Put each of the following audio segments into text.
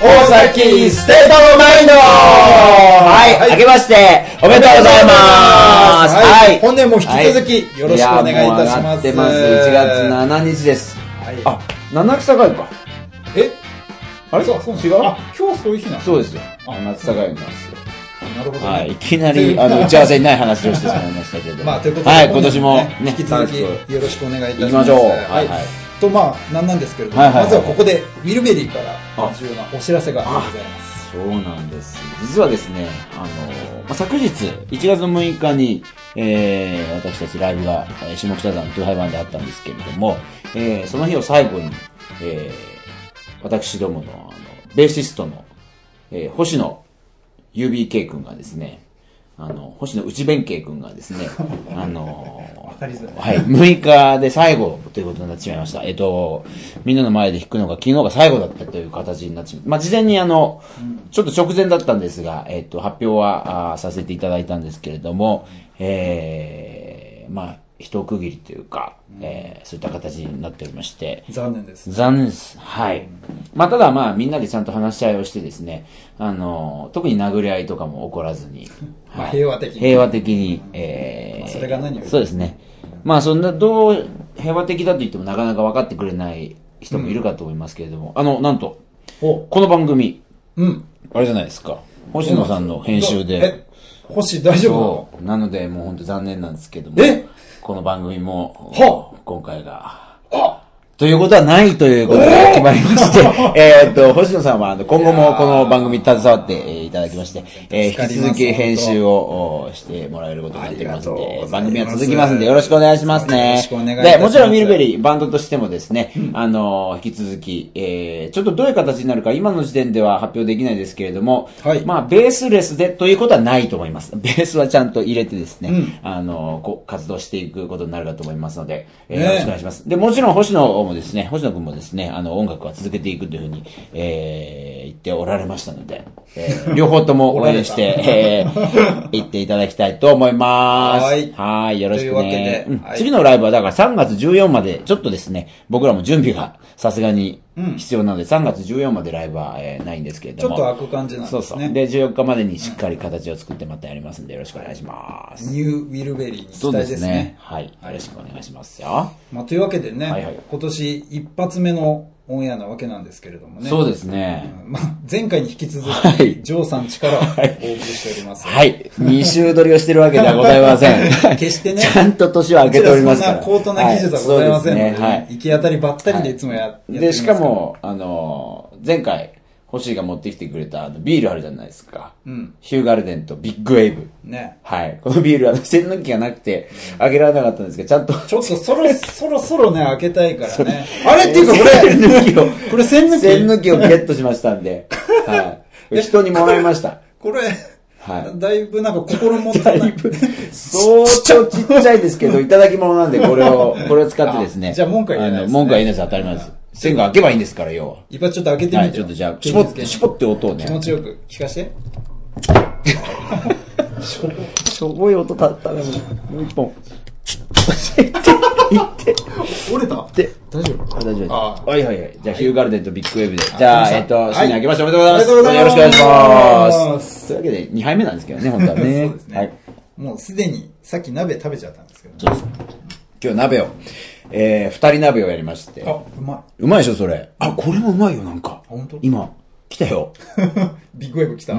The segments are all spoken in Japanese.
大崎ステートのマインドは、いあけまして、おめでとうございます。はい。本年も引き続きよろしくお願いいたしやもう上がまっす。てます。1月7日です。はいあ、七草がゆか。えあれそう、そう違うあ、今日そういう日なんですそうですよ。あ七草がゆなんですよ。なるほどね。はい、いきなり、あの、打ち合わせにない話をしてしまいましたけど。 まあ、ということで、はい、今年もねね、引き続きよよろしくろしくお願いいた行しきま。ますしょう。ははいい、はい。と、まあ、なんなんですけれども、はいはいはいまずはここで、ウィルベリーからあ重要なお知らせがございます。そうなんです。実はですね、あの、まあ、昨日、1月6日に、えー、私たちライブが、えー下北沢の崇拝版であったんですけれども、えー、その日を最後に、えー、私どもの、あの、ベーシストの、えー、星野 UBK 君がですね、あの、星野内弁慶君がです ね、あのかりづらいはい、6日で最後ということになってしまいました。えっと、みんなの前で弾くのが昨日が最後だったという形になってしまいまあ、事前にあの、ちょっと直前だったんですが、えっと、発表はあーさせていただいたんですけれども、えー、まあ、一区切りというか、えー、そういった形になっておりまして、残念です。残念です。はい。まあ、ただまあ、みんなでちゃんと話し合いをしてですね、あの、特に殴り合いとかも起こらずに、 まあはい平和的に平和的に、えまあー、それが何よりそうですね。まあ、そんな、どう、平和的だと言ってもなかなか分かってくれない人もいるかと思いますけれども、あの、なんと、お、この番組、うん。あれじゃないですか、星野さんの編集で、え、星大丈夫なのそう、なので、もう本当残念なんですけども、えこの番組も、は今回が、ということはないということが決まりまして、 えーっと、星野さんはあの今後もこの番組に携わってえーいただきまして、えー助か引りきます続き編集をおしてもらえることになっていますのありがとうごで、ざい番ます組は続きますのでよろしくお願いしますね。よろしくお願いいたしますで、もちろんミルベリー、バンドとしてもですね、あの、引き続き、えー、ちょっとどういう形になるか今の時点では発表できないですけれども、はいまあ、ベースレスでということはないと思います。ベースはちゃんと入れてですね、あの、こう活動していくことになるかと思いますので、えーねよろしくお願いします。で、もちろん星野もですね、星野くんもですね、あの、音楽は続けていくというふうに、えー、言っておられましたので、え ー両方とも応援して、えー、行っていただきたいと思います。はいはい、よろしくね。というわけでうんはい次のライブはだから3月14まで、ちょっとですね、僕らも準備がさすがに必要なので、3月14までライブは、えーないんですけれちどょっも。と開く感じなんですそね。うそう。で、14日までにしっかり形を作ってまたやりますんで、よろしくお願いします。ニューウィルベリーに期そう待でですすね。ね。はい。よろしくお願いしますよ。まあ、というわけでね、はいはい今年一発目のオンエアなわけなんですけれどもね。そうですね。まあ、前回に引き続 き、はいジョーさん力をお送りしております。はい。二週撮りをしてるわけではございません。 決してねちゃんと年を明けておりますから。こちらそんな高等な技術はございませんのはで、いそうですね。はい。行き当たりばったりでいつもや,、やってますらで、しか、も、あのー、前回、星が持ってきてくれたあのビールあるじゃないですか。うん。ヒューガルデンとビッグウェーブ。ね。はい。このビール、あの、栓抜きがなくて、あげられなかったんですけど、ちゃんと、ちょっとそろ、 そろそろね、開けたいからね。あ れっていうかこれ、栓抜きを、これ栓抜き栓抜きをゲットしましたんで、 はい。人にもらいました。これ、はいだいぶなんか心もただいぶ、相当ちっちゃいですけど、いただき物なんで、これ を、これを使ってですね。あじゃあ文句は言えないですあのね文句は言えないです。当たり前です。栓が開けばいいんですから、要は。一発ちょっと開けてみてよ。はい、ちょっとじゃあ、絞って、絞って音をね気。持ちよく聞かして。しょぼい音だったね、もう一本。折れたで、大丈夫あ大丈夫です。あはいはいはい。じゃあ、ヒューガルデンとビッグウェーブで。じゃあ、えっと、新年明けましておめでとうございます。おめでとうござよいますろしくお願いしお願いしまますす。というわけで、2杯目なんですけどね、本当はね。 そうですね。はい。もうすでに、さっき鍋食べちゃったんですけど、ね。そうです。今日鍋を、えー、二人鍋をやりまして。あ、うまうまいでしょ、それ。あ、これもうまいよ、なんか。本当今、来たよ。い。 ビッグウェーブ来た。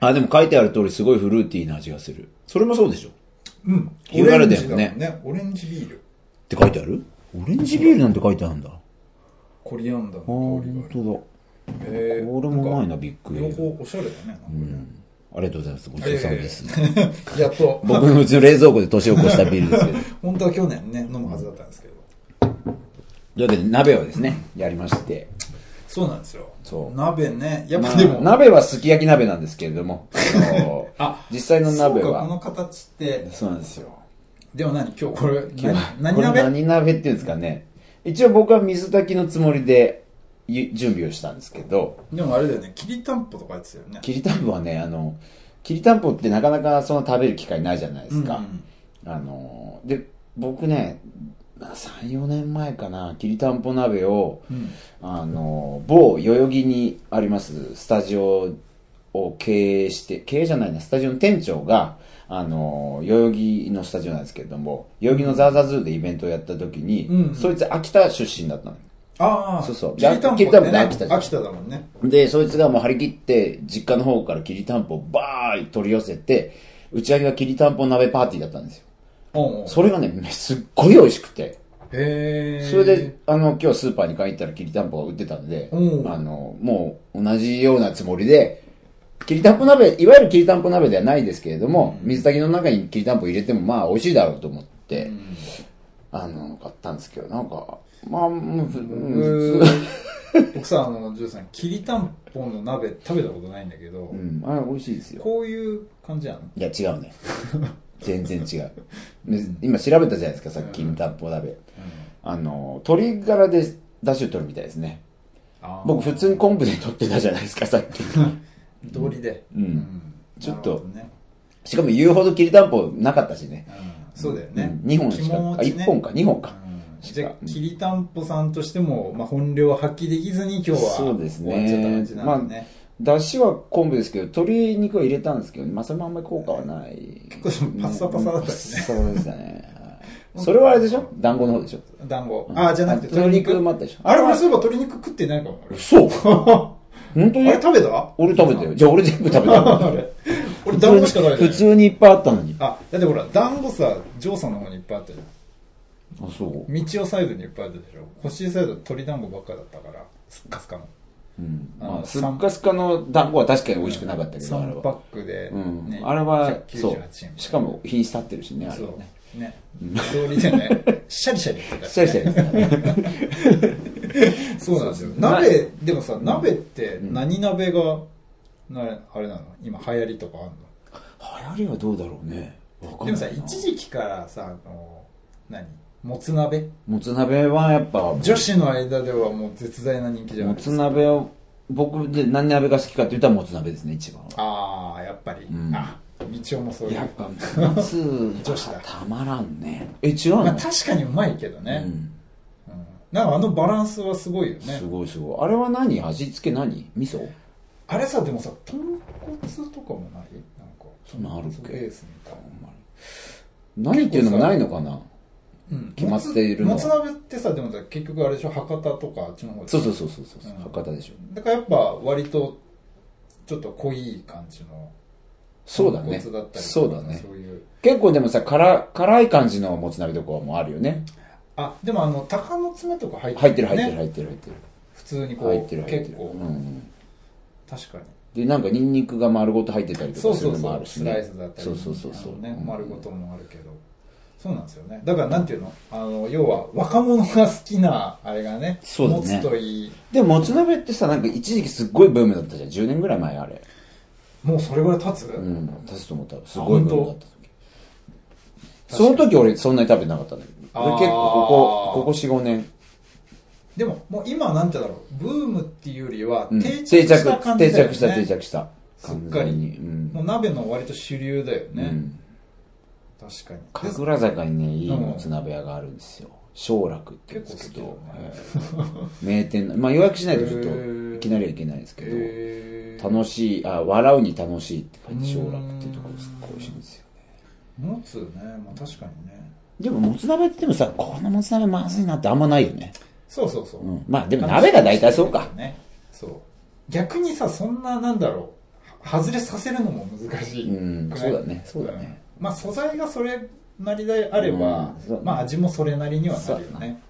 あ、でも書いてある通り、すごいフルーティーな味がする。それもそうでしょ。っうん。ヒューガルデンオレンジだももんねね。オレンジビール。て書いてあるオレンジビールなんて書いてあるんだ。あコリアンダーー、の香りが本当だ。ある。へーこれもうまいな、ビッグウェ両ーブ。方おしゃれだね。なんかねありがとうございます。ごちそうさまです。 いやいやいややっと、 僕のうちの冷蔵庫で年を越したビールですけど。本当は去年ね、飲むはずだったんですけど。というわけで、鍋をですね、やりまして。そうなんですよ。そう鍋ね。やっまぱあでも、鍋はすき焼き鍋なんですけれども、あの あ実際の鍋そうか、このは、形って。そうなんですよ。でも何今日これ、何何これ鍋何鍋っていうんですかね。一応僕は水炊きのつもりでゆ準備をしたんですけど、でもあれだよね、きりたんぽとかやってたよね。きりたんぽはね、あの、きりたんぽってなかなかその食べる機会ないじゃないですか。うんあの、で、僕ね、3、4年前かな、きりたんぽ鍋を、うんあの、某代々木にありますスタジオを経営して、経営じゃないな、スタジオの店長が、あの、代々木のスタジオなんですけれども、代々木のザーザーズーでイベントをやった時に、うんうんそいつ秋田出身だったの。ああ、そうそうきりたんぽってきりたんぽってね秋田じゃん秋田だもんね。で、そいつがもう張り切って、実家の方からきりたんぽをバーイ取り寄せて、打ち上げがきりたんぽ鍋パーティーだったんですよ。うんうん。それがね、めすっごい美味しくて。へえ。それで、あの、今日スーパーに買いに行ったらきりたんぽが売ってたんで、あうんの、もう同じようなつもりで、きりたんぽ鍋、いわゆるきりたんぽ鍋ではないですけれども、水炊きの中にきりたんぽ入れてもまあ美味しいだろうと思って、んあの、買ったんですけど、なんか、まあ、もうふうん、う ーん僕さ、あの、ジョーさん、きりたんぽの鍋食べたことないんだけどう、ん、あれ美味しいですよ。こういう感じやのいや、違うね。全然違う。で今調べたじゃないですか、さっき、きりたんぽ鍋。あの、鶏ガラで出汁を取るみたいですね。あー僕、普通に昆布で取ってたじゃないですか、さっき。道理で。うんうんちょっとなるほどねしかも言うほどきりたんぽなかったしね。うんそうだよね。 2本しか、肝あ、落ちね1本か、2本か。うんじゃあ、きりたんぽさんとしても、まあ、本領を発揮できずに今日はそうですね終わっちゃった感じなんでね。だしは昆布ですけど、鶏肉は入れたんですけど、まあ、それもあんまり効果はない。結構パッサパサだったしねね。パッサパサでしたね。はいそれはあれでしょ団子の方でしょ団子。ああ、じゃなくて鶏鶏肉肉。もあったでしょあれ、俺そういえば鶏肉食ってないか も。嘘本当あにれ食べた俺食べたよ。じゃあ俺全部食べあた。れ 俺団子しか食べてない。普通にいっぱいあったのに。あ、だってほら、団子さ、ジョーさんの方にいっぱいあったじゃん。あ、そう。道をサイドにいっぱいあったでしょ。コッシーサイド鳥団子ばっかだったから、すっかすかの。うん。あのまあ、すっかすかの団子は確かに美味しくなかったけど、あれ3パは。ックで、うんね。あれは、 198そう円。しかも、品質立ってるしね、あれそはね。う。ね。通りじゃない。 シャリシャリやってた。シャリシャリですね。そうなんですよ。な鍋、でもさ、鍋って何鍋が、なあれなの今流行りとかあんの流行りはどうだろうね。わかんでなもいさ、な。一時期からさ、あの、何もつ鍋もつ鍋はやっぱ、女子の間ではもう絶大な人気じゃなもいですつか。鍋を、僕で何鍋が好きかって言ったらもつ鍋ですね、一番は。ああ、やっぱり。んあ、道夫もそういう。やっぱ、もつ、女子だたまらんね。え、違うのまあ確かにうまいけどね。うんうんなんかあのバランスはすごいよねす。ごいすごい。あれは何味付け何味噌あれさ、でもさ、豚骨とかもないなんか。そんなんあるっけベースみたいな。何っていうのもないのかなうん決まっているのもつもつ鍋ってさでもさ結局あれでしょ博多とかあっちの方でしそょうそうそうそうそう、うん博多でしょだからやっぱ割とちょっと濃い感じのそうだね豚骨だったりとかそうだねそういう結構でもさ辛辛い感じのもつ鍋とかもあるよねあでもあの鷹の爪とか入って入る、ね、ってる入ってる入ってる入ってる普通にこう入ってる入って結る、構、うん、確かにでなんかニンニクが丸ごと入ってたりとそかうするそうのもそあうるしスねライスだったりそうそうそうそうあのねうん丸ごともあるけどそうなんですよねだからなんていうのあの要は若者が好きなあれがねそうだね持つといいでもつ鍋ってさなんか一時期すっごいブームだったじゃん10年ぐらい前あれもうそれぐらい経つ、うん立つと思ったらすごいブームだった時当その時俺そんなに食べてなかったんだけどあー俺結構ここここ45年でも、もう今なんてだろう、ブームっていうよりは、うん定着した感じ定だよね。着した定着したすっか完り全にうんもう鍋の割と主流だようね。ん確かに。神楽坂にねいいうんもつ鍋屋があるんですよ小楽って言うんですけど結構好きだよねええ名店なまあ予約しないとちょっへとーいきなりはいけないんですけどえー、楽しいあ笑うに楽しいって書いて小楽っていうところすっごい美味しいんですよね持つね、まあ確かにね。でももつ鍋ってでもさこのもつ鍋まずいなってあんまないよねそうそうそう。うんまあでも鍋が大体そうかね。そう。逆にさ、そんな、なんだろう、は外れさせるのも難しいくらい。うんそうだねそうだねうん。まあ素材がそれなりであればうんそうだ、ねまあ味もそれなりにはなるそようだね。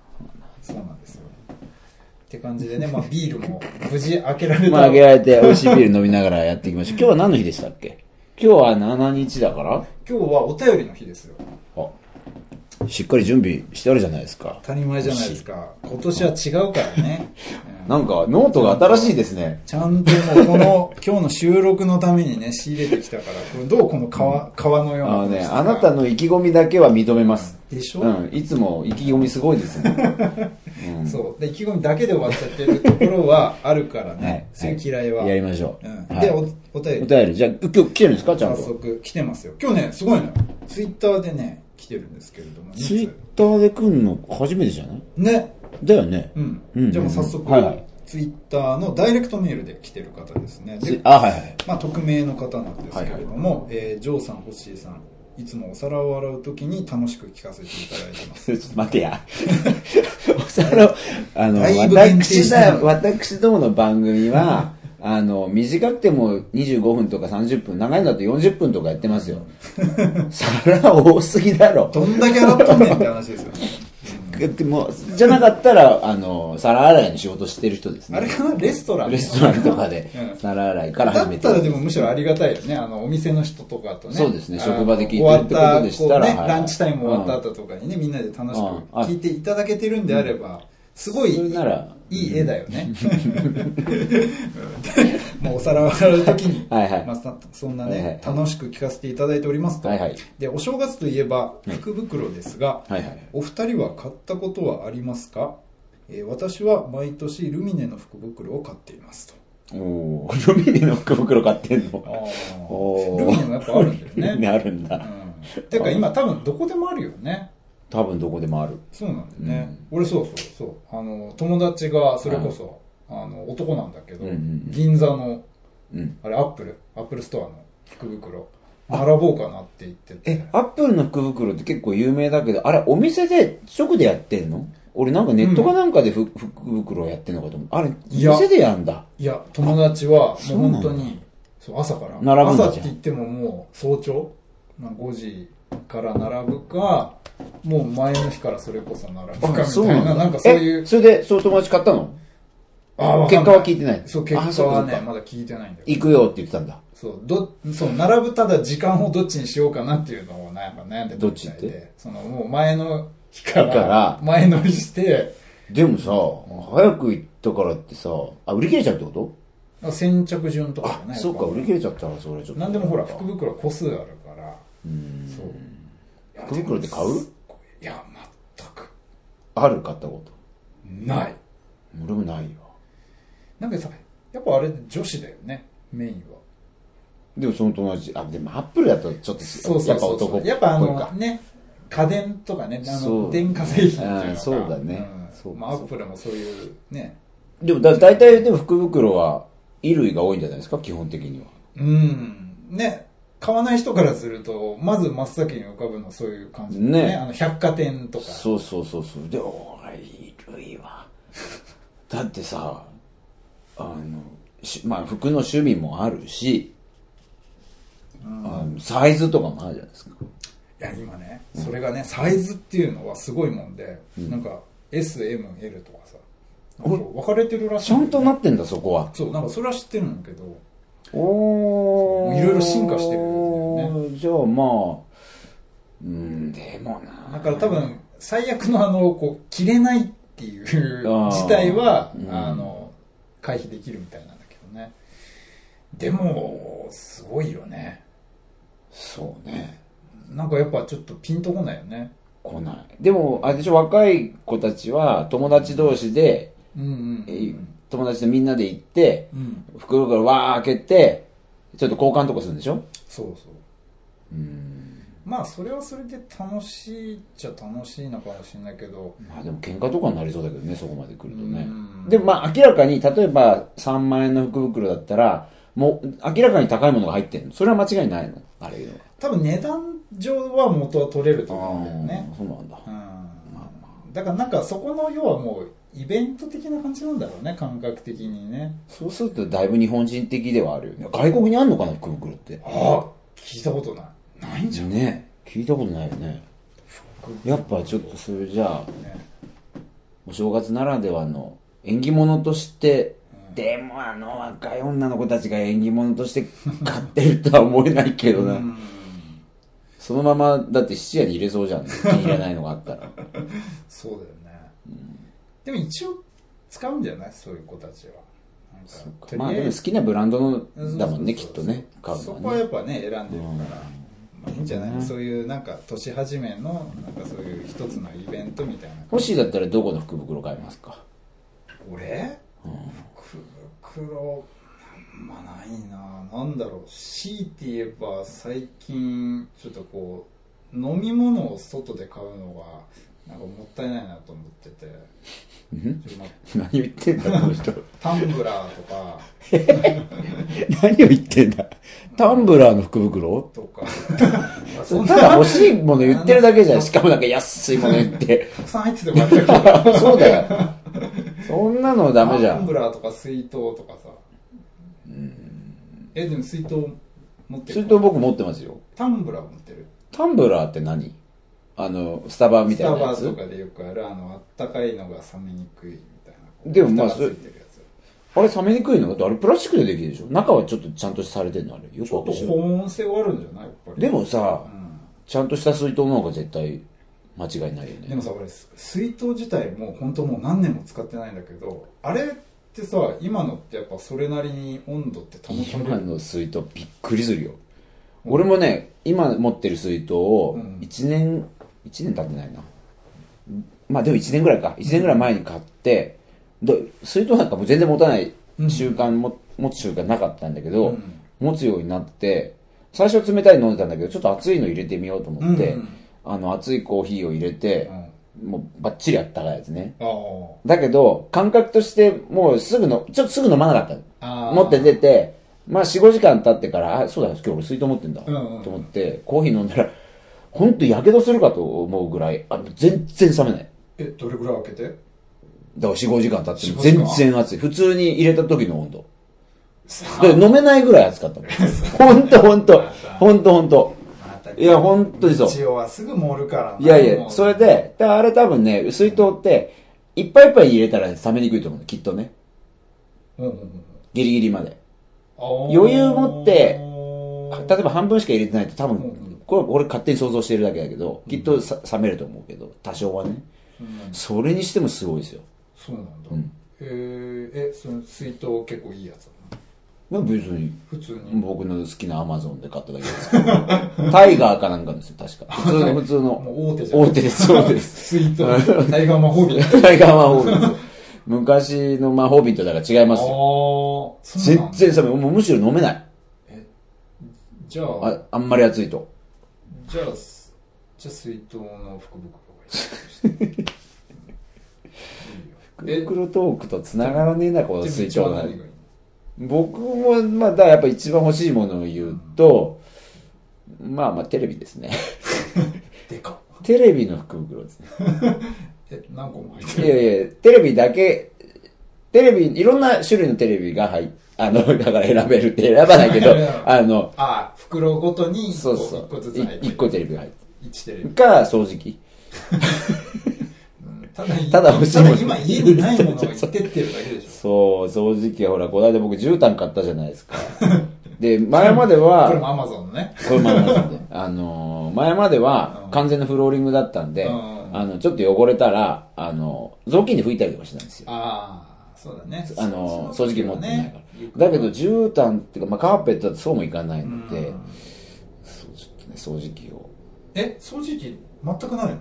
そうなんですよ。って感じでね、まあビール も無事開けられた。まああげられて美味しいビール飲みながらやっていきま しょう今日は何の日でしたっけ今日は7日だから今日はお便りの日ですよ。あしっかり準備してあるじゃないですか当。たり前じゃないですか。今年は違うか らね。うんなんか、ノートが新しいですね。ちゃんともうこの、 今日の収録のためにね、仕入れてきたから、これどうこの川、川のようあなのことね、してあなたの意気込みだけは認めます。でしょ、うん、いつも意気込みすごいです ね。うんそう。で、意気込みだけで終わっちゃってるところはあるからね。はいそういう嫌いは。やりましょう。うんはいで、お、お便おり、便り、じゃあ、今日来てるんですかちゃん早と。速来てますよ。今日ね、すごいのよ。ツイッターでね、来てるんですけれども、ツイッターで来るの初めてじゃないね。だよね。うん。うんじゃあもう早速、はいはいツイッターのダイレクトメールで来てる方ですね。つで、あ、はい はい。まあ、匿名の方なんですけれども、えージョーさん、ホッシーさん、いつもお皿を洗うときに楽しく聞かせていただいてます。ちょっと待て や。お皿を、あの、だいぶ限定し私ただ、私どもの番組は、あの、短くても25分とか30分、長いのだと40分とかやってます よ。皿多すぎだろ。どんだけ洗っとんねんって話です よね。でも、じゃなかったら、あの、皿洗いの仕事してる人ですあれね。かなレストランレストランとかでう、ん皿洗いからだ始っめて。たらでもむしろありがたいよね。あの、お店の人とかとね。そうですねあの職場で聞いてるってことでしたら終わったこうはいね、ランチタイム終わった後とかにね、みんなで楽しくうんあ聞いていただけてるんであれば、すごい、それならいい絵だよね。 もうお皿を洗うときに、はいはいまあさそんなはいね、はい楽しく聞かせていただいておりますと。はいはいで、お正月といえば、福袋ですが、はいはい。お二人は買ったことはありますか、えー私は毎年ルミネの福袋を買っていますと。おー、 ルミネの福袋買ってんのおー ルミネもやっぱあるんだよ ねね。あるんうだ。ん、てか今多分どこでもあるよね。多分どこでもある。そうなんだよね。俺そうそうそう。あの、友達がそれこそ、あの、男なんだけど、うんうんうん銀座の、うんあれアップル、アップルストアの福袋、並ぼうかなって言っててえ。、アップルの福袋って結構有名だけど、あれ、お店で直でやってんの俺なんかネットかなんかでふ、福袋やってんのかと思う。あれ、いや店でやんだ。いや、友達はそもううなんだ本当に、そう朝から。並ぶんだ朝じゃんって言ってももう早朝、まあ、5時から並ぶか、もう前の日からそれこそ並ぶかみたいな、なんかそういうえ、それで、そう友達買ったのあーわかん結ない果は聞いてない。そう、結あ果そうはかね、そうかまだ聞いてないんだよ。行くよって言ってたんだ。そう、ど、そう、並ぶただ時間をどっちにしようかなっていうのをなんか悩んでたみたいどっちっで、そのもう前の日か日からら、前乗りして、でもさ、早く行ったからってさ、あ、売り切れちゃうってこと先着順とかじゃあ、ないそうか、売り切れちゃったら、それちょっと。なんでもほら、福袋個数あるから、うんそう。福袋って買ういやでもすごいいや、全く、ある買ったこと。ない。俺もないよ。なんかさ、やっぱあれ女子だよね、メインは。でもその友達、あ、でもアップルだとちょっと、そうそうそうそう。ややっっぱぱあ男っぽいのか。ね、家電とかね、あそのう電化製品っていうのあーがそうだねそうかまあアップルもそういうね、でもだ、大体でも福袋は衣類が多いんじゃないですか、基本的には。うん、ね、買わない人からすると、まず真っ先に浮かぶのはそういう感じだよねね。あの百貨店とか。そうそうそうそう。で、おい、衣類は。 だってさ、あの、しまあ服の趣味もあるし、あのサイズとかもあるじゃないですか。いや、今ね、それがね、サイズっていうのはすごいもんで、なんか S、M、L とかさ、なんか分かれてるらしいちゃだよね、んとなってんだ、そこは。そう、なんかそれは知ってるんだけど、おもういろいろ進化してるんだよね。じゃあまあ、うん、でもな。だから多分、最悪のあの、こう、着れないっていうあー事態は、うんあの、回避できるみたいなんだけどね。でも、すごいよね。そうね。なんかやっぱちょっとピンとこないよね。来ない。でも、あれでしょ、若い子たちは友達同士で、うんうんうえんー友達でみんなで行って、うん。うん。袋からわー開けて、ちょっと交換とかするんでしょそうそう。まあ、それはそれで楽しいっちゃ楽しいのかもしれないけど、まあでも喧嘩とかになりそうだけどね、そこまで来るとねうん。でもまあ明らかに、例えば3万円の福袋だったら、もう明らかに高いものが入ってんの。それは間違いないのあれは。多分値段上は元は取れると思うんだよねあー。そうなんだ。うんまあまあ。だからなんかそこの要はもうイベント的な感じなんだろうね、感覚的にね。そうするとだいぶ日本人的ではあるよね。外国にあんのかな、福袋って。あ聞いたことない。ないんじゃん。ね。聞いたことないよね。やっぱちょっとそれじゃあ、ねお正月ならではの縁起物として、うんでもあの若い女の子たちが縁起物として買ってるとは思えないけどな、うんそのまま、だって質屋に入れそう じゃん。気に入らないのがあったら。そうだよね。でも一応使うんじゃないそういう子たちは。なんかそうかとりまああでえもず好きなブランドのだもんね、そうきっそうとそうね。買うそのこははやね。っぱね、選んでるから。まあいいんじゃないのそういうなんか年始めのなんかそういう一つのイベントみたいな欲しいだったらどこの福袋買いますか 俺、福袋まあないななんだろう強いて言えば最近ちょっとこう飲み物を外で買うのがなんかもったいないなと思っててんちょっとまあ何言ってんだ、この人。タンブラーとか 何を言ってんだ。タンブラーの福袋とか ただ欲しいもの言ってるだけじゃん。しかもなんか安いもの言って。たくさん入っててもら ったけどそうだよ。そんなのダメじゃタンんブ。ラーとか水筒とかさえでも水筒持ってそれると僕持ってますよ。タンブラー持ってるタンブラーって何あの、スタバみスたいタなやバつとかでよくあるあのあったかいのが冷めにくいみたいなでもまあ蓋がついてるやつあれ冷めにくいのだってあれプラスチックでできるでしょ中はちょっとちゃんとされてんのあれ。よちくょわっかとんない。保温性はあるんじゃないやっぱりでもさう、んちゃんとした水筒の方が絶対間違いないよでね。もさ俺水筒自体も本当もう何年も使ってないんだけどあれってさ今のってやっぱそれなりに温度って保たれ今るの水筒びっくりするよ。俺もね、今持ってる水筒をうん1年、1年経ってないな。まあでも1年ぐらいか。1年ぐらい前に買って、ど水筒なんかもう全然持たない習慣も、持つ習慣なかったんだけど、うん持つようになって、最初冷たいの飲んでたんだけど、ちょっと熱いの入れてみようと思って、うんあの、熱いコーヒーを入れてう、んもうバッチリあったかいやつね。あーだけど、感覚としてもうすぐの、ちょっとすぐ飲まなかったあの。ー持って出て、まあ4、5時間経ってから、あ、そうだ、今日俺水筒持ってんだ、うんうんうんと思って、コーヒー飲んだら、ほんと火傷するかと思うぐらい、あ全然冷めない。えどれぐらい開けてだから4、5時間経っても4-5全然熱い。普通に入れた時の温度。さだから飲めないぐらい熱か ったもん。ほんとほんと。ほんとほんと。いや、ほんとにそう。一応はすぐ盛るからないやいや、それで、であれ多分ね、水筒って、いっぱいいっぱい入れたら冷めにくいと思うのきっとね。うんうんうんギリギリまで。余余裕持って例えば半分しか入れてないと多うんう分ん、これ俺勝手に想像してるだけだけど、きっとさ冷めると思うけど、多少はね。うんそれにしてもすごいですよ。そうなんだ、うんえー、えその水筒結構いいやつなのまあ別に、普通に僕の好きなアマゾンで買っただけです けど。タイガーかなんかですよ、確か。普通の、普通もの。う大手じゃん大手です、大手です。水筒タイガー魔法瓶 あタイガー魔法瓶ですよ。昔の魔法瓶とだから違いあますよ。ーそうな全んだ然冷め、もうむしろ飲めない。じゃあああんまり熱いと。じゃあすじゃあ水筒の福袋がいいいいよ袋トークと繋がらねえな、このえ水筒じゃあ一番が何。がいい僕も、まあ、だからやっぱ一番欲しいものを言うと、まあまあテレビですね。でかっテレビの福袋ですね。え何個も入いってる、やいや、テレビだけ、テレビ、いろんな種類のテレビが入あの、だから選べるって選ばないけどあの、ああ袋ごとにそうそう1個ず。つ入って1個テレビが入って1テレビる。か、掃除機。 ただ、ただ欲しいもの今家にないものがいってってるだけでしょ。そう、掃除機はほら、この間僕絨毯買ったじゃないですか。で、前までこれもは、アマゾンのね。これ前までなんで、あのー前までは完全なフローリングだったんで、うんあの、ちょっと汚れたら、あの、雑巾で拭いたりとかしてたんですよ。ああ、そうだね。あの、掃除機持ってないから。だだけけど、ど、絨毯っていうか、まあ、カーペットだとそうもいかないので、うんそう、ちょっとね、掃除機を。え、掃除機全くないの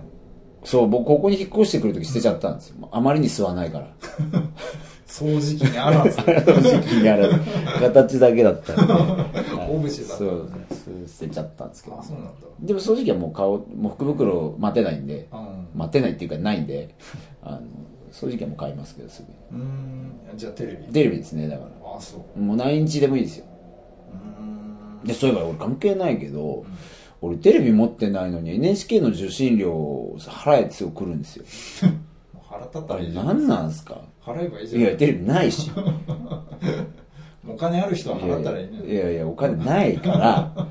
そう、僕、ここに引っ越してくるとき捨てちゃったんですよ。あまりに吸わないから。掃除機にあらず。掃除機にある形だけだったんで。はい オブジェだったそんうだね、そう捨てちゃったんですけどあ、。そうなんだ。でも掃除機はもう顔、もう福袋待てないんで、うん待てないっていうかないんで、あの、掃除機はもう買いますけど、すぐ。うーん。じゃあテレビ。テレビですね、だかああ、そう。ら。もう何インチでもいいですよ。うーん。で、そういえば俺関係ないけど、俺テレビ持ってないのに NHK の受信料を払えってすぐ来るんですよ。もう腹立ったあられいいじゃん。何なんすか払えばいいじゃいん。や、テレビない し。お金ある人はいや払ったらいいいね。やいや、お金ないから、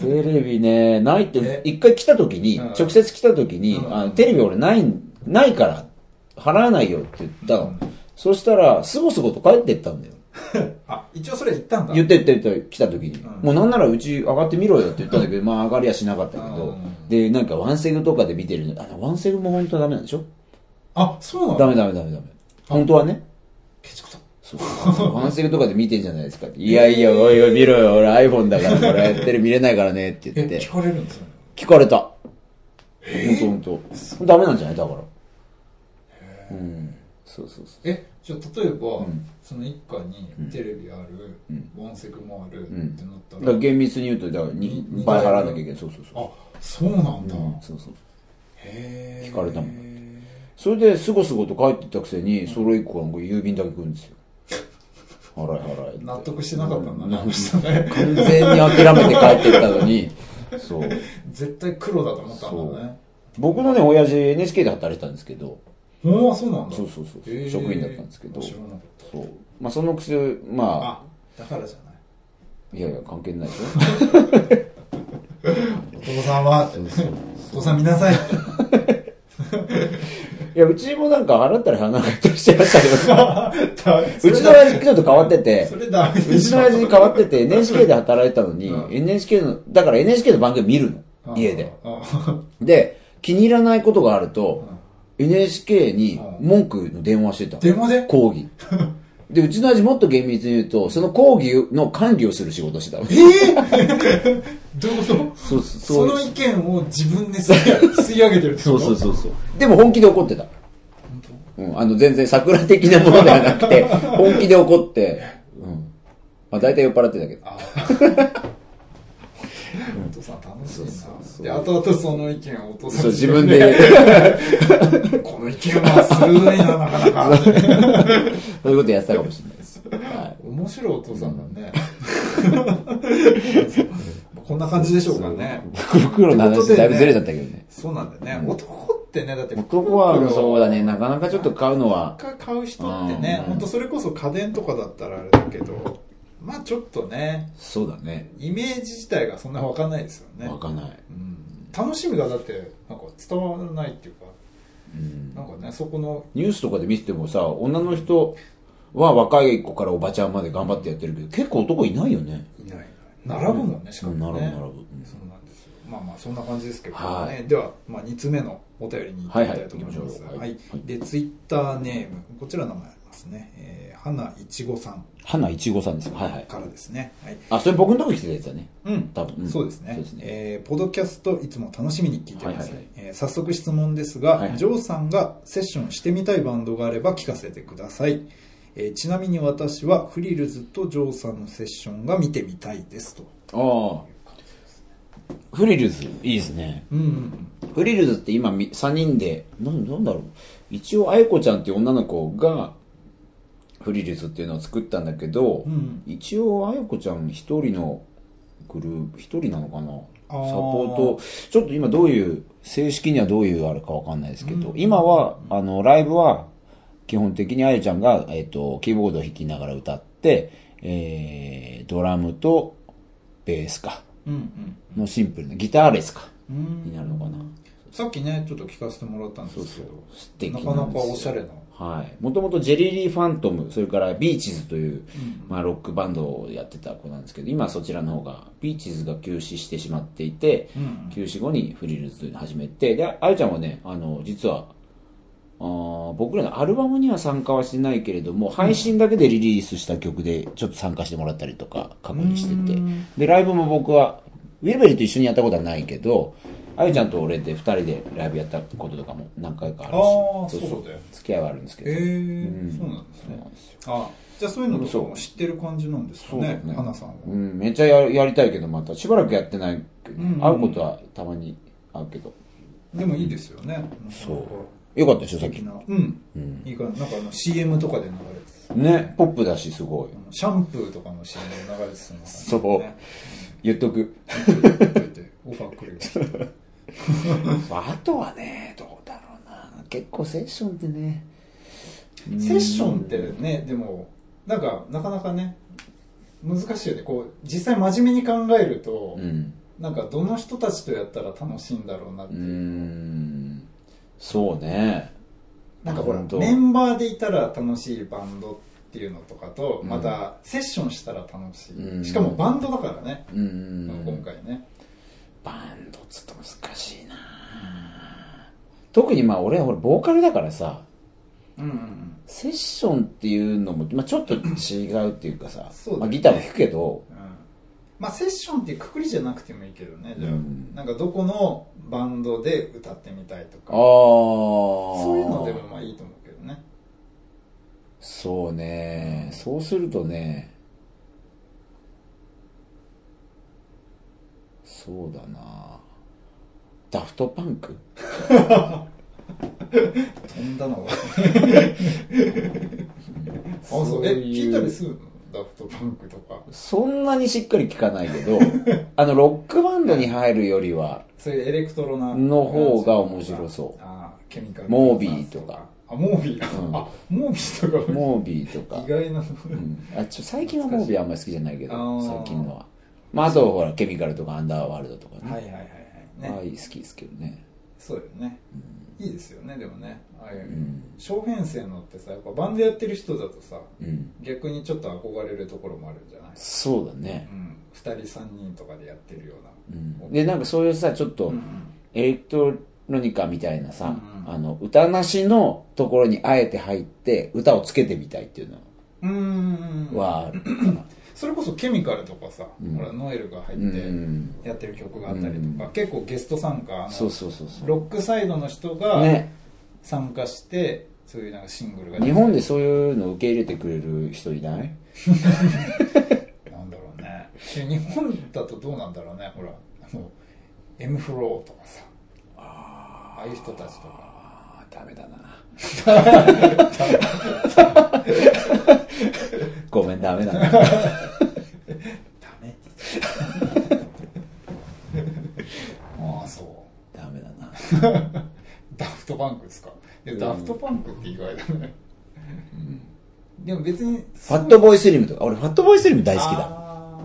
テレビね、ないってえ、一回来た時に、うん直接来た時に、うんあのテレビ俺ない、ないから、払わないよって言ったの。うんそしたら、すごすごと帰ってったんだよ。あ、一応それ言ったんだ。言って言って言って来た時に、うんもうなんならうち上がってみろよって言ったんだけど、まあ上がりはしなかったけうどん、で、なんかワンセグとかで見てるの、あのワンセグも本当はダメなんでしょあ、そうなのダメダメダメダメ。本当はね。ケチくさ。そう。ワンセグとかで見てんじゃないですかって。いやいや、おいおい見ろよ、俺 iPhone だからこれやってる見れないからねってえ言っ、て聞、かれるんですよね。聞かれた。本当本当。ダメなんじゃないだから。うん。そうそうそえ、じゃあ例えば、んその一家にテレビある、音セクもあるんってなったう。だから、ら厳密に言うと、だからにに倍払わなきゃいけない。そうそうそう。あ、そうなんだ。うんそうそう。へえ。聞かれたもんそれで、すごすごと帰ってったくせに、それ以降なんか郵便だけ来るんですよ。払い払いって。納得してなかったんだね、うあの人ね。完全に諦めて帰ってったのに、そう。絶対黒だと思ったんだね。僕のね、親父 NHK で働いてたんですけど、ほんそうなんだ。そうそうそうへー職員だったんですけど知らなかっそう。まあ、そのくせ、たまあ、だからじゃない。あ、いやいや、関係ないでしょ。お父さんはって、お父さん見なさいって。いや、うちもなんか払ったり払わなかったりしてましたけど、う うちの親父ちょっと変わってて、それダメうでちしのょ。親父変わってて NHK で働いてたのに、うん NHK の、だから NHK の番組見るの。家で。あ。あで、気に入らないことがあると、NHK に文句の電話してた。電話で抗 議。で、うちの親父もっと厳密に言うと、その抗議の管理をする仕事してた。えー どういうことそうそその意見を自分で吸い吸い上げてるってそこうとそうそうそう。でも本気で怒ってた。うん、あの全然桜的なものではなく て、本気で怒って、うん。まあ大体酔っ払ってたけど。あーお父さん楽しいそうな。で、後々その意見をお父さんそう、自分で、 この意見は鋭いな、なかな か。そういうことやってたかもしれないです。は面白いお父さんだね。 こんな感じでしょうかね。い。袋の話だいぶずれちゃったけどね。そうなんだよね。男ってね、だって男は、そうだね、なかなかちょっと買うのは、家買う人ってねう、んほんとそれこそ家電とかだったらあれだけど、まあちょっとね、そうだね。イメージ自体がそんなわかんないですよねわ。かんない。うん楽しみがだって、なんか伝わらないっていうか、うん。なんかね、そこの、ニュースとかで見ててもさ、女の人は若い子からおばちゃんまで頑張ってやってるけど、結構男いないよね。いない。並ぶもんね、しかもうんね。並ぶ並ぶうんそうなんですよ。まあまあ、そんな感じですけどね。はいでは、まあ、2つ目のお便りに行ってみたいと思います。ははいはい行きましい、ょうはいで、ツイッターネーム、こちらの名前ありますね。えー、花いちごさん花いちごさんですよ。はいはい。からですね。はい。あ、それ僕のとこ来てたやつだね。うん、多分。んそうですねそうですね。えーポドキャストいつも楽しみに聞いてます、はいはいえー早速質問ですが、はいはいジョーさんがセッションしてみたいバンドがあれば聞かせてください、えーちなみに私はフリルズとジョーさんのセッションが見てみたいですとああ。フリルズ、いいですね。うんうんフリルズって今み3人で、なんなんだろう。一応、愛子ちゃんっていう女の子が、フリルズっていうのを作ったんだけど、うん一応、愛子ちゃん一人のグループ、一人なのかなサあーポート、ちょっと今どういう、正式にはどういうあれかわかんないですけど、今は、あの、ライブは、基本的にあゆちゃんが、えっ、と、キーボードを弾きながら歌って、えー、ドラムと、ベースか。うんうんのシンプルな、ギターレスか。うにんなるのかな。さっきねちょっと聞かせてもらったんですけど素敵ななんかなかですよおしゃれなはい。もともとジェリーリー・ファントム、それからビーチズという、まあ、ロックバンドをやってた子なんですけど、今そちらの方が、ビーチズが休止してしまっていて、うん休止後にフリルズというのを始めて、で、あゆちゃんはね、あの、実は、あー僕らのアルバムには参加はしてないけれども、配信だけでリリースした曲でちょっと参加してもらったりとか、過去にしてて。で、ライブも僕は、ウィルベリーと一緒にやったことはないけど、あゆちゃんと俺で二人でライブやったこととかも何回かあるし、あーそうだよ付き合いはあるんですけえど。ーそうなんですそうなねんですよあじゃあそういうのとかも知ってる感じなんですかねそうだね花さんは、うん、めっちゃややりたいけど、またしばらくやってないけど、うんうん会うことはたまに会うけど。でもいいですよねそう。よかったでしょ、さっ的き。なうん、いいかななんかあの CM とかで流れてたね、ポップだし、すごい。シャンプーとかの CM で流れてたのかなそうね言っとく。オファーくれるあとはね、どうだろうな。結構セッションってね。セッションってねでもなんかなかなかね難しいよねこう実際真面目に考えると、うん。なんかどの人たちとやったら楽しいんだろうなってうーいう、ん。そうね。なんかほら本当メンバーでいたら楽しいバンドっていうのとかと、うんまたセッションしたら楽しい、うんしかもバンドだからね、うんうん今回ねバンドっつうと難しいな特にまあ俺はほらボーカルだからさうんうんうんセッションっていうのも、まあ、ちょっと違うっていうかさそうだねまあ、ギターも弾くけどうんまあセッションっていうくくりじゃなくてもいいけどねじゃあ、うんなんかどこのバンドで歌ってみたいあとあかそそういうのでもまあいいと思うけどねそうねそうするとねそうだなダフトパンク飛んだ のはあそうそうえいう聞いたりするのダフトパンクとかそんなにしっかり聞かないけ どあのロックバンドに入るよりはそういうエレクトロなの方が面白そうあーケミカルモービーとかあモービー、うんあモービーとかモービーとか意外なのうんあちょ最近はモービーあんまり好きじゃないけどあー最近のはまああとほらケミカルとかアンダーワールドとかね、はいはいはいはいね、ああいい好きですけどねそうよね、いいですよねでもねああいう、ん小編成のってさやっぱバンドやってる人だとさうん逆にちょっと憧れるところもあるんじゃない、そうだねうん、2人3人とかでやってるよううな、んでなんかそういうさちょっとうんエレクトロニカみたいなさ、うんうんあの歌なしのところにあえて入って歌をつけてみたいっていううんうんのはあるかな、それこそケミカルとかさ、うんほらノエルが入うんってやってる曲があったりとか、うん結構ゲスト参加あのそうそうそうそロックサイドの人うがね参加して、そういうなんかシングルが出て日本でそういうの受け入れてくれる人いないなんだろうねいや日本だとどうなんだろうねほらあの M フローとかさああいう人たちとかああダメだな ごめんダメだなダメああそうダメだなダフトパンクですかいやうんダフトパンクって意外だね、でも別にファットボーイスリムとか俺ファットボーイスリム大好きだかあ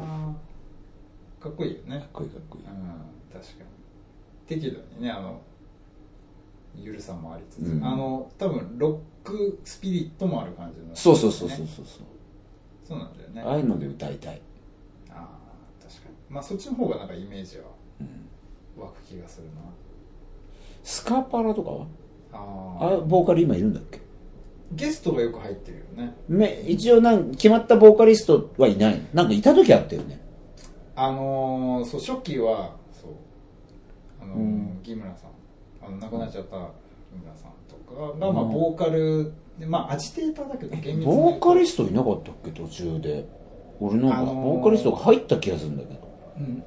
ーかっこいいよねっこいいかっこいうんい確かに適度にねあのゆるさもありつつ、うんあの多分ロックスピリットもある感じのそうそうそうそうそうそうそうなんだよねああいうので歌いたいああ確かにまあそっちの方がなんかイメージは湧く気がするなスカパラとかはあああボーカル今いるんだっけゲストがよく入ってるよねめ一応なん決まったボーカリストはいないなんかいた時あったよねあのー、そう初期はそうあのーうん木村さんあの亡くなっちゃった木村さんとかが、まあボーカルでまあアジテーターだけど厳密にボーカリスストいなかったっけ途中で俺なんあかのーボーカリストが入った気がするんだけどト、うん、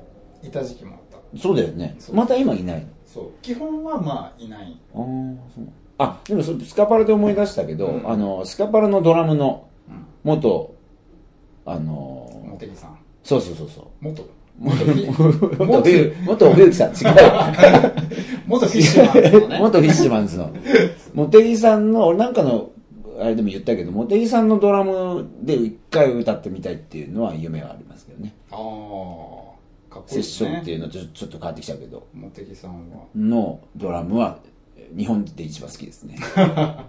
いた時期もあったそうだよねそうまた今いないのそう基本はまあいないあーそうあでもそスカパラで思い出したけど、うんあのスカパラのドラムのうん元あのー茂木さんそうそうそうそう元元元フィ 元元冬元冬木さん違う元フィッシュマンズのね元フィッシュマンズの茂木さんの俺なんかのあれでも言ったけど茂木さんのドラムで一回歌ってみたいっていうのは夢はありますけどねああかっこいい、セッね、ションっていうのとちょちょっと変わってきちゃうけど茂木さんはのドラムはえ日本で一番好きですねあ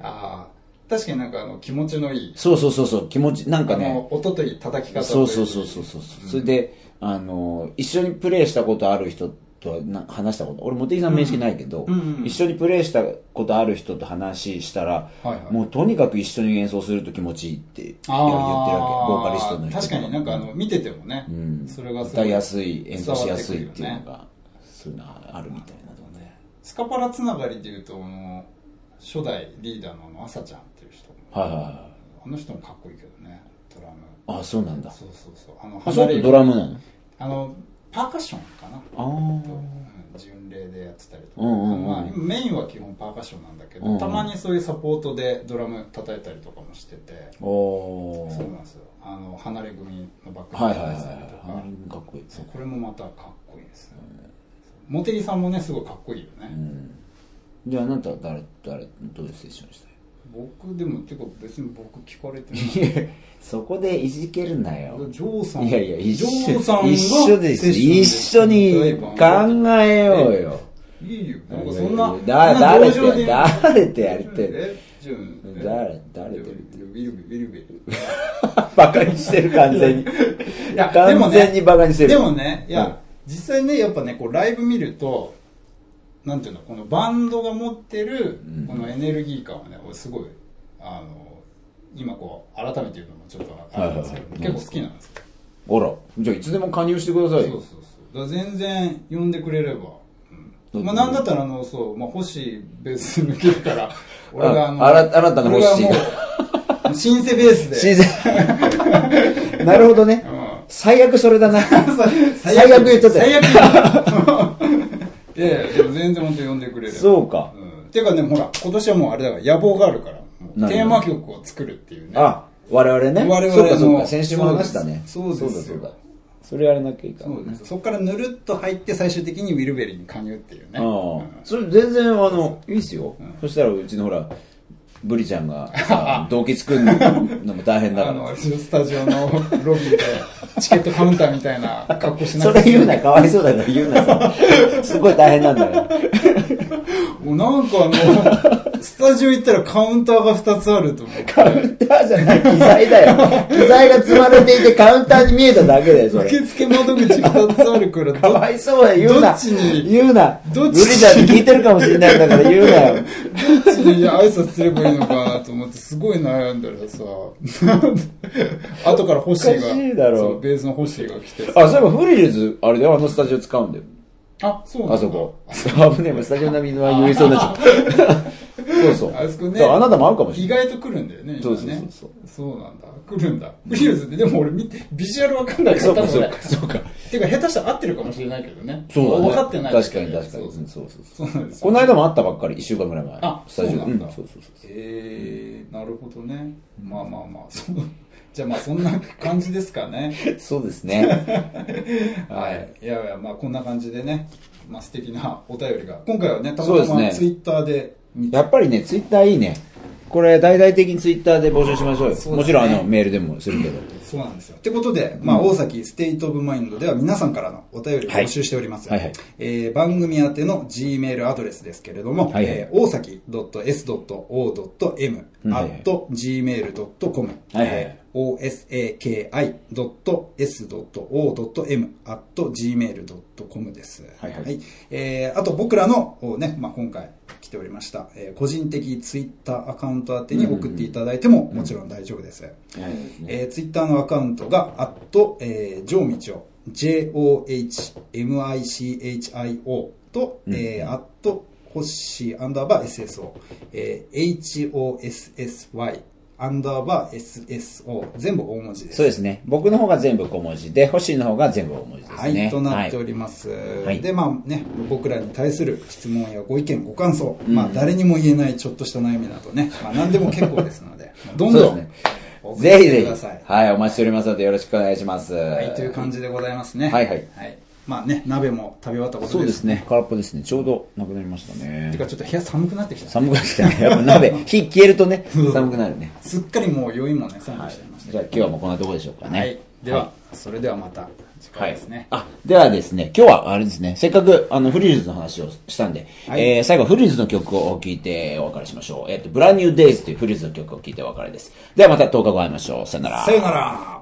あ確かになんかあの気持ちのいい、そうそうそうそう気持ちなんかあねの音といい叩き方といそうそうそうそうそう、それであの一緒にプレイしたことある人とはな話したこと俺茂木さん面識ないけど、うんうんうん一緒にプレイしたことある人と話したら、はいはいもうとにかく一緒に演奏すると気持ちいいって言ってるわけボーカリストの人確かになんかあの見ててもね、うん、それがすご歌いやすい演奏しやすいっていう伝わのてくるよねが、そういうのあるみたいなのねスカパラつながりでいうとあの初代リーダーのあの朝ちゃんっていう人はいはいはあの人もかっこいいけどねドラムいあそうなんだそうそうそうあのあそう離れドラムなのあのパーカッションかなああうん巡礼でやってたりとか、うんうんうんまあ、メインは基本パーカッションなんだけど、うんうんたまにそういうサポートでドラム叩いたりとかもしてて、おそうーなんですよあの離れ組のバックはいはいはいにやってたりとか、はいかっこいいですそうねこれもまたかっこいいですよ茂木、さんもねすごいかっこいいようね、んじゃああなたは誰誰どういうセッションしたい僕でもていうか別に僕聞かれてないいや そこでいじけるなよ。ジョーさんいやいや、一ジョ緒ーさんが一緒です。セッションで一緒に考えようよ。いいよなんかそんなだそんな誰同情とで誰とやりてんえジュンえ誰誰とやり呼ビルビルビルビル。バカにしてる、完 全に。いやでも完ね全にバカにしてる。でもね、いや、うん実際ね、やっぱね、こうライブ見ると、なんていうの、このバンドが持ってるうん、このエネルギー感はね、俺すごい、あの、今こう、改めて言うのもちょっとあれなんですけど、はいはいはい結構好きなんですよ。あら、じゃあいつでも加入してくださそういそうよ。そう。だから全然呼んでくれれば。うんまあ、なんだったら、あの、そう、まあ、星ベース抜けるから、俺があの、あ新新たな星俺がもう、シンセベースで。新鮮。 なるほどね。うん最悪それ だな。最最悪言っとった最悪言っとった。いやいや、でも全然本当に呼んでくれる。そうか。うん。ていうかね、ほら、今年はもうあれだから、野望があるから、もうなるテーほどマ曲を作るっていうね。あ、我々ね。我々のそうかそうか、先週も話したね。そうですそうだそうですそうよだ。それやらなきゃいかんそうねです。そこからぬるっと入って、最終的にウィルベリーに加入っていうね。ああう、んそれ全然あの、いいっすよ。そしたらうちのほら、ブリちゃんが さ、動機作るのも大変だかあらの、。スタジオのロビー で、チケットカウンターみたいな格好しなそれ言うな、かわいそうだから言うなさ。 すごい大変なんだから。もうなんかあの、スタジオ行ったらカウンターが2つあると思う。カウンターじゃない、機材だよ。 機材が積まれていてカウンターに見えただけだよ、そ受れ。付窓口2つあるから、かわいそうだよ、言うどなっち。に言うな。どっちブにリちゃんに聞いてるかもしれないんだから言うな よ。どっちに挨拶すればいいのかなと思って、すごい悩んだらさ、 後からホッシーおかしいが、だろそうベースのホッシーが来てさ、あ、そういえばフリルズ、あれだよ、あのスタジオ使うんだよ。あ、そうなんだあそこ。 危ねえ、もうスタジオ並みの言いそうになっちゃう。 そうそう。あそこねだからあなたも合うかもしれ意ない。外と来るんだよね、今ねそうそうそうそう。そうなんだ。来るんだ。フリーズって、でも俺見て、ビジュアルわかんないから、多分俺。そうか。てか、下手したら合ってるかもしれないけどね。そうだね。分かってない。確かに確かに。そううんそうそうそうそうなんですよ。この間も会ったばっかり、一週間ぐらい前。あスタジオそうなんだんそうそうそう。えー、なるほどね。まあまあまあ、そうじゃあまあそんな感じですかね。 そうですね。はい。いやいや、まあこんな感じでね、まあ素敵なお便りが。今回はね、たそうまでたすねまツイッターで見てやっぱりね、ツイッターいいね。これ、大々的にツイッターで募集しましょうよ。そうだねもちろん、あの、メールでもするけど。そうなんですよ。ってことで、まあ、大崎ステイトオブマインドでは皆さんからのお便りを募集しております。はいはいはいえー番組宛ての G メールアドレスですけれども、はいはいえー大崎 .s.o.m うん at gmail.com、はいはいえー osaki.s.o.m at gmail.com です。はいはいえーあと僕らの、おね、まあ、今回来ておりました、えー個人的ツイッターアカウント宛てに送っていただいてももちろん大丈夫です。えー、ツイッターのアカウントが、アット、えー、ジョーミチョ、J-O-H-M-I-C-H-I-O と、えー、アット、ホッシーアンダーバー SSO、えー、H-O-S-S-Y アンダーバー SSO、全部大文字です。そうですね。僕の方が全部小文字で、星の方が全部大文字ですはね。い、となっておはいります。いで、まあね、僕らに対する質問やご意見、ご感想、まあ誰にも言えないちょっとした悩みなどね、まあ何でも結構ですの で、どんどそうでんすね送っぜひてぜくださいひ。。はい、お待ちしておりますので、よろしくお願いします。ははい、という感じでございますね。はいはいまあね、鍋も食べ終わったことです。そうですね。空っぽですね。ちょうどなくなりましたてね。かちょっと部屋寒くなってきた。寒くなってきたね。やっ ぱ 鍋、火消えるとね、寒くなるね。すっかりもう余韻もね、寒くしてましたけじゃあ今日はもうこんなところでしょうかど。ね。はい。では、それではまた次は回い。ですね。あ、ではですね、今日はあれですね、せっかくあのフリルズの話をしたんで、はいえー最後はフリルズの曲を聴いてお別れしましょう。えっ、と、ブランニューデイズというフリルズの曲を聴いてお別れです。ではまた10日後会いましょう。さよなら。さよなら。